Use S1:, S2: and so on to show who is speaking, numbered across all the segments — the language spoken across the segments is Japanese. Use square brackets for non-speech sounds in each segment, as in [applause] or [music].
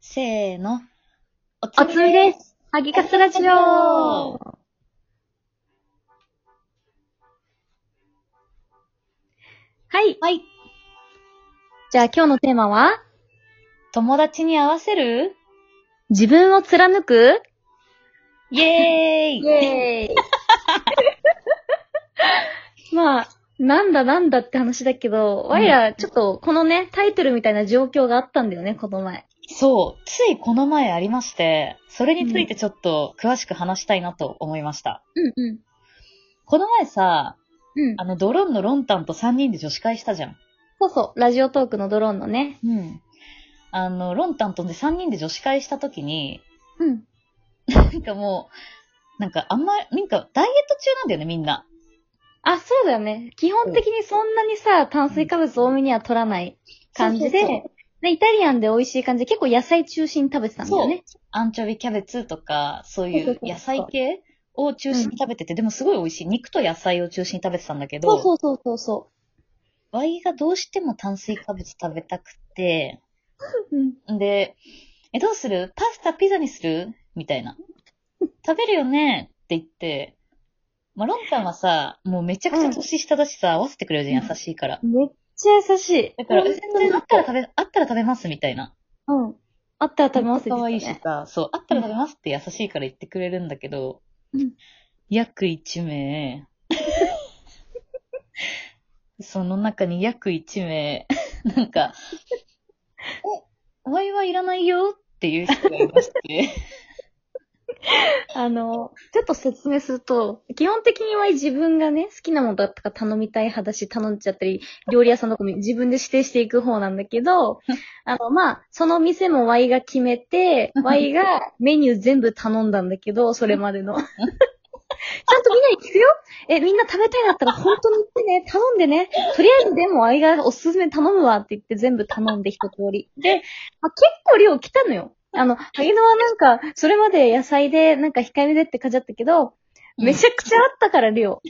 S1: せーの。お
S2: おつみ
S1: で
S2: です。ハギカスラジオはい。
S1: はい。
S2: じゃあ今日のテーマは、
S1: 友達に合わせる
S2: 自分を貫く
S1: イエ [laughs] ーイ
S2: エーイ [laughs] まあ、なんだなんだって話だけど、我らちょっとこのね、タイトルみたいな状況があったんだよね、この前。
S1: そう、ついこの前ありまして、それについてちょっと詳しく話したいなと思いました。
S2: うんう
S1: この前さ、
S2: ん。うん。
S1: あの、ドローンのロンタンと3人で女子会したじゃん。
S2: そうそう、ラジオトークのドローンのね。
S1: うん。あの、ロンタンとで3人で女子会した時に、
S2: うん。
S1: なんかもう、なんかあんま、なんかダイエット中なんだよね、みんな。
S2: あ、そうだよね。基本的にそんなにさ、炭水化物多めには取らない感じ
S1: そ
S2: で、
S1: うそうそう
S2: でイタリアンで美味しい感じで結構野菜中心に食べてたんだよね。
S1: アンチョビキャベツとか、そうい
S2: そう
S1: う
S2: そうそう
S1: 野菜系を中心に食べてて、でもすごい美味しい。肉と野菜を中心に食べてたんだけど、
S2: そうそうそうそ
S1: ワイがどうしても炭水化物食べたくて、
S2: う。うん。
S1: で、え、どうするパスタ、ピザにするみたいな。食べるよねって言って、まあ、ロンタンはさ、もうめちゃくちゃ年下だしさ、合わせてくれるじゃん、優しいから。
S2: めっちゃ優しい。
S1: だから、
S2: うん
S1: 全然あったら食べ、あったら食べますみたいな。
S2: うん。あったら食べます
S1: 可愛いし
S2: ね。
S1: さ、そう、あったら食べますって優しいから言ってくれるんだけど、
S2: うん
S1: 約1名、
S2: [laughs]
S1: その中に約1名、なんか、お、お前はいらないよっていう人がいまして、
S2: [laughs] あの、ちょっと説明すると、基本的には自分がね、好きなものだったか頼みたい派だし、頼んじゃったり、料理屋さんとかも [laughs] 自分で指定していく方なんだけど、あの、まあ、その店も Y が決めて、Y がメニュー全部頼んだんだけど、それまでの。ちゃん [laughs] とみんなに聞くよえ、みんな食べたいなったら本当に言ってね、頼んでね。とりあえずでも Y がおすすめ頼むわって言って全部頼んで一通り。で、まあ、結構量来たのよ。あの、萩野はなんか、それまで野菜でなんか控えめでって感じだったけど、 [laughs] めちゃくちゃあったから量。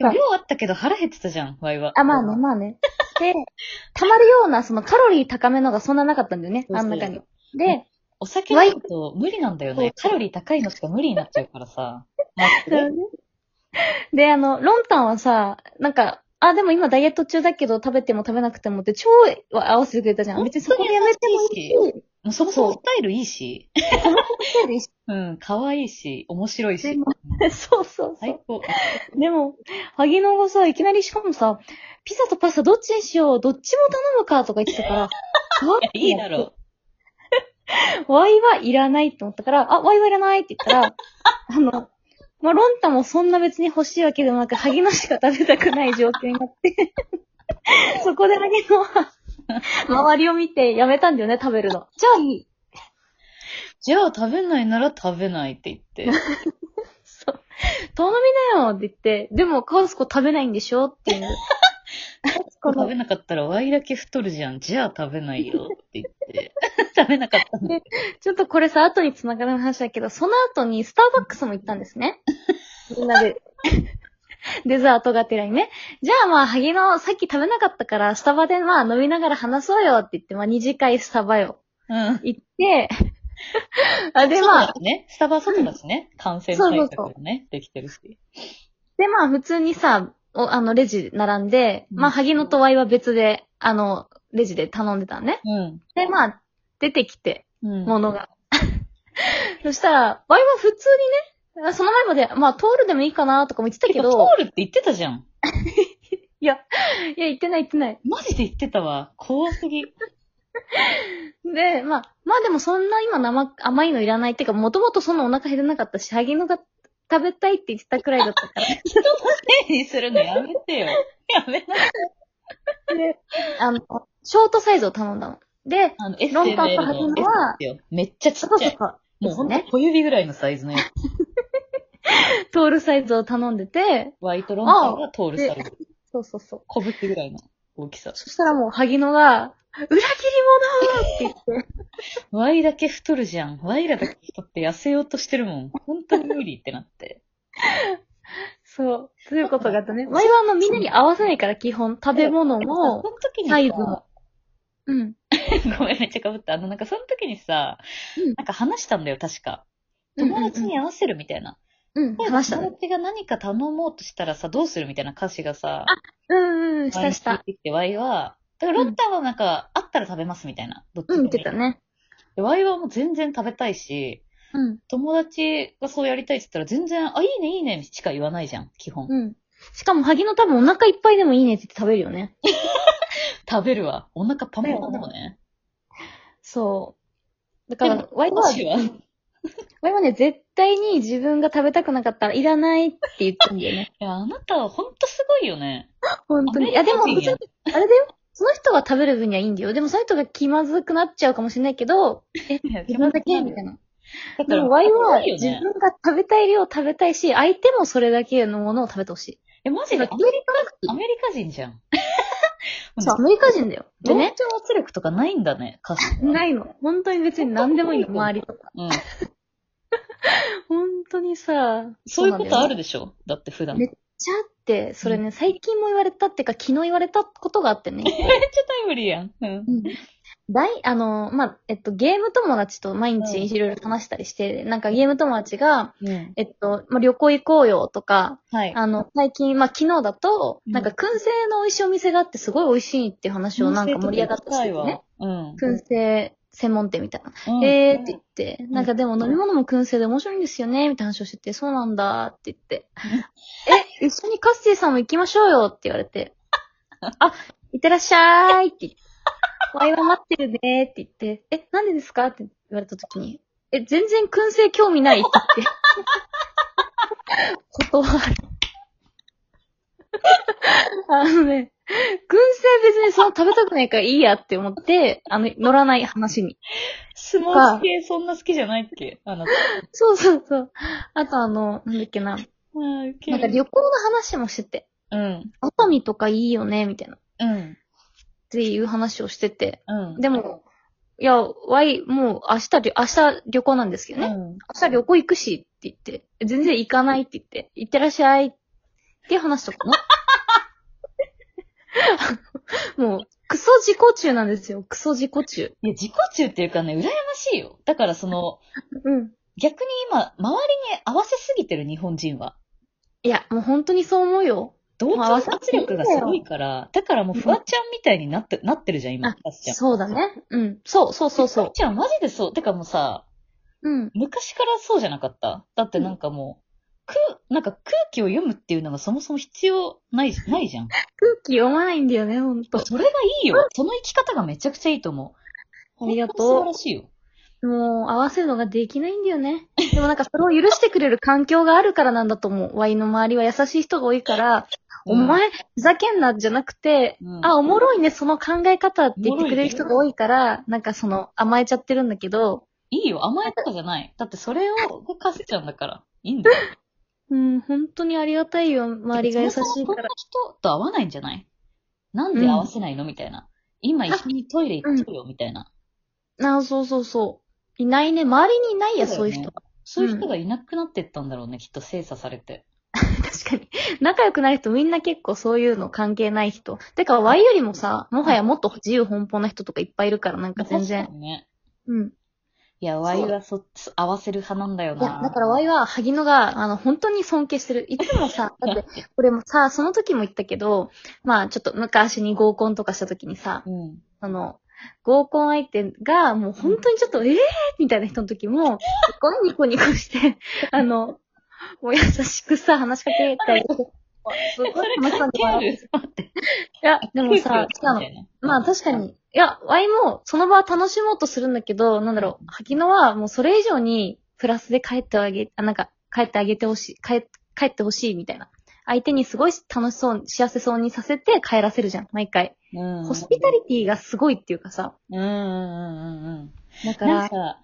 S1: 量あったけど腹減ってたじゃん、ワイは。
S2: あ、まあね、まあね。で、溜まるような、そのカロリー高めのがそんななかったんだよね、
S1: そうそう
S2: あん中に。で、
S1: お酒ないと無理なんだよ
S2: そ
S1: ね
S2: う。
S1: カロリー高いのしか無理になっちゃうから
S2: [laughs]
S1: さ。まあ
S2: で、あの、ロンタンはさ、なんか、あ、でも今ダイエット中だけど食べても食べなくてもって超合わせてくれたじゃん。別にそこでやめてもいいし。
S1: もうそもそもスタイルいいし、
S2: そうでし
S1: うん、可愛いし、面白いし
S2: で。もょ [laughs] そうそうそ
S1: 最
S2: う。
S1: 高。
S2: でも、萩野がさ、いきなりしかもさ、ピザとパスタどっちにしよう、どっちも頼むかとか言ってたから、
S1: [laughs] いいだろう。
S2: ワイはいらないって思ったから、あ、ワイはいらないって言 [laughs] ったら、あの、まあ、ロンタもそんな別に欲しいわけでもなく、ハギノしか食べたくない状況になって、 [laughs] そこでハギノは、 [laughs] 周りを見てやめたんだよね、食べるの。じゃあいい。
S1: じゃあ食べないなら食べないって言って。
S2: そう。頼みなよって言って、でもカオスコ食べないんでしょっていう。こ
S1: 食
S2: の
S1: べなかったらワイだけ太るじゃん。じゃあ食べないよって言って。 [laughs] 食べなかったんだ。
S2: ちょっとこれさ、後に繋がる話だけど、その後にスターバックスも行ったんで
S1: [laughs]
S2: すね。みんなで。 [laughs] デザートがてらにね。じゃあまあ、萩野、さっき食べなかったから、スタバでまあ飲みながら話そうよって言って、まあ二次会スタバよ。
S1: うん。[laughs]
S2: 行って、あでま
S1: 外
S2: あ、
S1: だしね、スタバ外だしね、感染対策もね、できてるし。
S2: でまあ普通にさ、おあのレジ並んで、
S1: うん
S2: まあ萩野とワイは別で、あの、レジで頼んでたのね。
S1: うん。
S2: でまあ、出てきて、
S1: うん。
S2: ものが。 [laughs] そしたら、ワイは普通にね、あその前まで、まあ、トールでもいいかなとかも言ってた
S1: て
S2: け
S1: か、通
S2: ど、
S1: るって言ってたじゃん。
S2: いや、いや、言ってない言ってない。
S1: マジで言ってたわ。怖す [laughs] ぎ。
S2: で、まあ、まあでもそんな今生、甘いのいらない。てか、もともとそんなお腹減らなかったし、ハギノが食べたいって言ってたくらいだっ
S1: [laughs]
S2: たから。
S1: せいにするのやめてよ。やめな。
S2: で、あの、ショートサイズを頼んだの。で、
S1: あの、
S2: ロンタン
S1: SML
S2: とハギ
S1: の
S2: ノは
S1: S ですよ。めっちゃち
S2: そ
S1: っ
S2: うそう
S1: ちゃい。
S2: そう
S1: もうほん
S2: で
S1: と
S2: すね
S1: 小指ぐらいのサイズのやつ。
S2: [laughs] トールサイズを頼んでて、
S1: ワイトロンタンは通るサイズ。
S2: そうそうそう。
S1: 小ぶってぐらいの大きさ。
S2: そしたらもう、ハギノが、裏切り者って言って、
S1: ワイだけ太るじゃん。ワイらだけ太って痩せようとしてるもん。本当に無理ってなって。
S2: そう。ということがあったね。ワイはあの、みんなに合わせないから基本、食べ物
S1: でもさ
S2: も
S1: そ、の時に
S2: サイズ
S1: さ
S2: も、うん。
S1: ごめん、めっちゃかぶった。あの、なんかその時にさ、
S2: うん
S1: なんか話したんだよ、確か。友達に合わせるみたいな。
S2: うん、話した
S1: 友
S2: ね。
S1: 達が何か頼もうとしたらさ、どうするみたいな歌詞がさ、
S2: うんうん、したし
S1: 前に聞
S2: た
S1: い。てきて、ワイは、だからロンタンはなんか、あったら食べますみたいな。どっちで
S2: う
S1: もい
S2: ん、
S1: い
S2: 言ってた。ね。
S1: でワイはもう全然食べたいし、
S2: うん。
S1: 友達がそうやりたいって言ったら全然、あ、いいね、いいね、しか言わないじゃん、基本。
S2: うん。しかも、萩野多分お腹いっぱいでもいいねって言って食べるよね。
S1: 食べるわ。お腹パンパンだもんね。
S2: そう。だから、ワイ
S1: も
S2: は、
S1: しは。い
S2: ワイはね、絶対に自分が食べたくなかったらいらないって言ったんだよね。
S1: や、あなたはほんとすごいよね。
S2: [laughs] 本当に。いや、でも、
S1: ア
S2: あ
S1: メ
S2: れ
S1: リカ人
S2: だ
S1: や
S2: よ。その人は食べる分にはいいんだよ。でも、その人が気まずくなっちゃうかもしれないけど、
S1: いや
S2: 自分だけみたいな。
S1: だか
S2: で
S1: ら、
S2: も、ワイは
S1: すごいよ
S2: 自
S1: ね
S2: 分が食べたい量を食べたいし、相手もそれだけのものを食べてほしい。
S1: え、マジでアメリカ、アメリカ人じゃん。 [laughs]
S2: そう、アメリカ人だよ。で
S1: 同
S2: ね。
S1: 調圧力とかないんだね、歌詞は。
S2: ないの。本当に別に何でもいいの、周りとか。
S1: うん。
S2: 本当にさ、
S1: そういう
S2: なん
S1: こ
S2: だよ
S1: とあ
S2: ね
S1: るでしょだって普段。
S2: めっちゃあって、それね、最近も言われたっていうか、昨日言われたことがあってね。
S1: めっちゃタイムリーやん。うん。
S2: 大、あの、まあ、えっと、ゲーム友達と毎日いろいろ話したりして、なんかゲーム友達が、
S1: うん。
S2: えっと、まあ、旅行行こうよとか、
S1: はい。
S2: あの、最近、まあ、昨日だと、
S1: うん
S2: なんか燻製の美味しいお店があってすごい美味しいっていう話をなんか盛り上がったりしててね。
S1: うん。
S2: 燻製専門店みたいな。
S1: うん
S2: えーって言って、
S1: ん
S2: なんかでも飲み物も燻製で面白いんですよね、みたいな話をしてて、そうなんだって言って、え、一緒にカスティさんも行きましょうよって言われて、あ、いってらっしゃーいって言って、ワイは待ってるねって言って、え、なんでですかって言われた時に、え、全然燻製興味ないって言って、 [laughs] 断る。あのね、燻製別にその食べたくないからいいやって思って、あの、乗らない話に。
S1: 相撲系そんな好きじゃないっけあの、
S2: そうそうそう。あとあの、なんだっけな。
S1: うん
S2: なんか旅行の話もしてて、
S1: うん。
S2: 熱海とかいいよね、みたいな。っ
S1: うん。
S2: ていう話をしてて。
S1: うん。
S2: でも、いや、ワイ、もう明日り、明日旅行なんですけど
S1: う
S2: ね。
S1: ん。
S2: 明日旅行行くしって言って、全然行かないって言って、行ってらっしゃいっていう話とかね。 [laughs] もう、クソ自己中なんですよ。クソ自己中。
S1: いや、自己中っていうかね、羨ましいよ。だからその、
S2: うん。
S1: 逆に今、周りに合わせすぎてる日本人は。
S2: いや、もう本当にそう思うよ。
S1: 同調圧力がすごいから、だからもうフワちゃんみたいになって、なってるじゃん、今
S2: あ、
S1: タスちゃん。
S2: そうだね。うん。そうそうそう
S1: フワ
S2: そ
S1: ちゃんマジでそう。てかもうさ、
S2: う。うん。
S1: 昔からそうじゃなかっただってなんかもう、空、なんか空気を読むっていうのがそもそも必要ない、ないじゃん。
S2: 空気読まないんだよね、ほんと。
S1: それがいいよ。その生き方がめちゃくちゃいいと思う。
S2: ありがとう
S1: 本当に素晴らしいよ。
S2: もう、合わせるのができないんだよね。でもなんか、それを許してくれる環境があるからなんだと思う。ワイの周りは優しい人が多いから、お前、ふざけんな、じゃなくて、
S1: うん
S2: あ、おもろいね、その考え方って言ってくれる人が多いから、なんかその、甘えちゃってるんだけど、
S1: いいよ。甘えとかじゃない。だってそれを動かせちゃうんだから。いいんだよ。
S2: うん、本当にありがたいよ、周りが優しい
S1: こん
S2: か
S1: な
S2: ら。
S1: 人と合わないんじゃないなんで合わせないのみたいな。今一緒にトイレ行こうよ、みたいな。
S2: なあ、そうそうそう。いないね、周りにいないや、
S1: そ
S2: そうう
S1: だよね
S2: いう人は。 [laughs]
S1: そういう人がいなくなってったんだろうね、きっと精査されて。
S2: 確かに。仲良くなる人みんな結構そういうの関係ない人。てか、ワイよりもさ、もはやもっと自由奔放な人とかいっぱいいるから、なんか全
S1: 確
S2: 然。
S1: かにね。
S2: うん。
S1: いや、ワイはそっち、合わせる派なんだよ
S2: いや
S1: な。、
S2: だからワイは、萩野が、あの、本当に尊敬してる。いつも
S1: [laughs]
S2: さ、だって、俺もさ、その時も言ったけど、まあ、ちょっと昔に合コンとかした時にさ、
S1: うん。
S2: その、合コン相手が、もう本当にちょっと、ええー、みたいな人の時も、すごいニコニコ
S1: [laughs]
S2: して、あの、もう優しくさ、話しかけ
S1: [laughs]
S2: たり、すごい
S1: それ
S2: 楽しそ
S1: 関
S2: うに
S1: 係あ
S2: 笑
S1: [laughs] る待って。
S2: ういや、でもさ、違うの
S1: みた。いな
S2: まあ確かに。いや、ワイも、その場は楽しもうとするんだけど、なんだろう、萩野はもうそれ以上に、プラスで帰ってあげ、あ、なんか、帰ってあげてほしい、帰、帰ってほしいみたいな。相手にすごい楽しそう、幸せそうにさせて帰らせるじゃん、毎回。
S1: うん。
S2: ホスピタリティがすごいっていうかさ。
S1: うんうんうんうんうん。
S2: だか
S1: なん
S2: ら、
S1: か、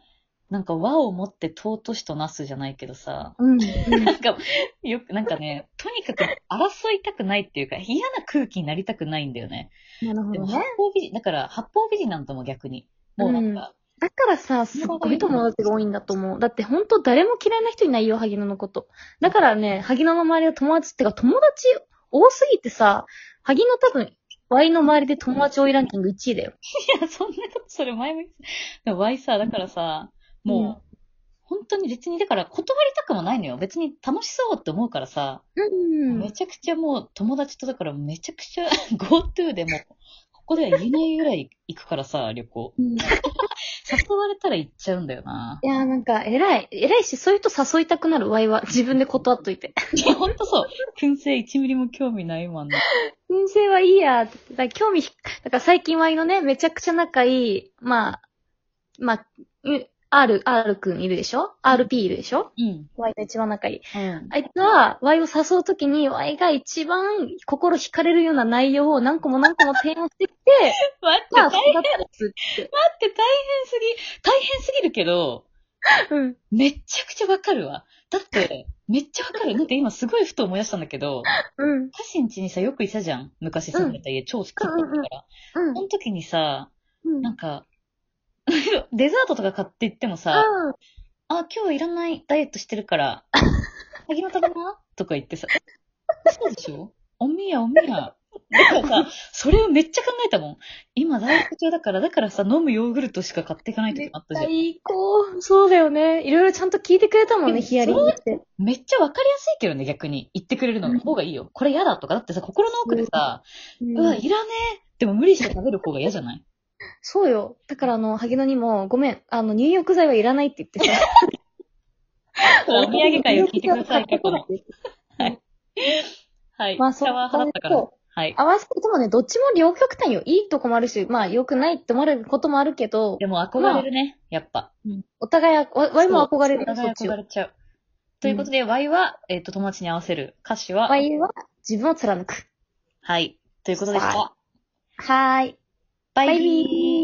S1: なんか和を持って尊しとなすじゃないけどさ、 [laughs]
S2: うん、うん。
S1: なんか、よく、なんかね、とにかく争いたくないっていうか、嫌な空気になりたくないんだよね。
S2: なるほ
S1: で
S2: ど
S1: も
S2: ね
S1: 八。方美人、だから八方美人なんとも逆に。もうなんか、
S2: だからさ、すっごい友達が多いんだと思う。だってほんと誰も嫌いな人いないよ、萩野のこと。だからね、萩野の周りの友達ってか友達多すぎてさ、萩野多分ワイの周りで友達多いランキング1位だよ。
S1: [laughs] いや、そんなこと、それ前も言ってた。ワイさ、だからさ、もう、
S2: うん
S1: 本当に別に、だから断りたくもないのよ。別に楽しそうって思うからさ、
S2: うん
S1: めちゃくちゃもう友達とだからめちゃくちゃ [laughs] GoTo でも、ここでは言えないぐらい行くからさ、旅行。
S2: い
S1: 誘われたら行っちゃうんだよな。
S2: やーなんか、偉い。偉いし、そういう人誘いたくなる、ワイは。自分で断っといて。
S1: いや、ほんとそう。燻製1ミリも興味ないもんね。
S2: 人生はいいやーって。だから興味ひ、だから最近ワイのね、めちゃくちゃ仲いい、まあ、まあ、うん R、R くんいるでしょ ?RP いるでしょ
S1: うん。
S2: ワイが一番仲いい。
S1: うん。
S2: あいつは、ワイを誘うときに、ワイが一番心惹かれるような内容を何個も何個も提案し
S1: [laughs]
S2: てきて、
S1: 待って、
S2: まあ、
S1: 大
S2: そう
S1: 変
S2: だったですって。
S1: って大変すぎ、大変すぎるけど、
S2: うん。
S1: めっちゃくちゃわかるわ。だって、めっちゃわかる。なんか今すごいふと思い出したんだけど、
S2: うん。
S1: 家臣家にさ、よくいたじゃん。昔住んでた家、超近かったから。
S2: うん
S1: そ。の時にさ、
S2: うん。
S1: なんか、 [laughs] デザートとか買って行ってもさ、
S2: うん。
S1: あ、今日いらないダイエットしてる [laughs] から、先の食べなとか言ってさ、そうでしょおみやおみや。だからさ、それをめっちゃ考えたもん。今ダイエット中だから、だからさ、飲むヨーグルトしか買っていかないとかあったじゃん。
S2: 最高。そうだよね。いろいろちゃんと聞いてくれたもん
S1: で
S2: ね、
S1: も
S2: ヒアリングって。
S1: めっちゃわかりやすいけどね、逆に。言ってくれるのの方がいいよ。これ嫌だとか、だってさ、心の奥でさ、うわ、
S2: うん
S1: いらねえ。でも無理して食べる方が嫌じゃない
S2: そうよ。だからあの、萩野にも、ごめん、あの、入浴剤はいらないって言って
S1: [laughs]
S2: さ。
S1: お土産会を聞いてください、過去
S2: 入浴剤を買って
S1: の
S2: こ。ない
S1: はい。
S2: まあ
S1: シャワー
S2: そう
S1: 払ったから
S2: そ。
S1: はい。
S2: 合わせて、でもね、どっちも両極端よ。いいとこもあるし、まあ、良くないって思われることもあるけど
S1: で、も憧れるね、やっぱ。
S2: お互いは、わワイも憧れる
S1: お
S2: よ、
S1: 互い
S2: そっち
S1: 憧
S2: を。
S1: れちゃう。ということで、Y は、えっと、友達に合わせる。歌詞は
S2: ワ、イは自分を貫く。
S1: はい。ということでし
S2: は
S1: た。
S2: はーい。
S1: バ
S2: バ
S1: イ
S2: イ
S1: ビ
S2: ビ
S1: ー。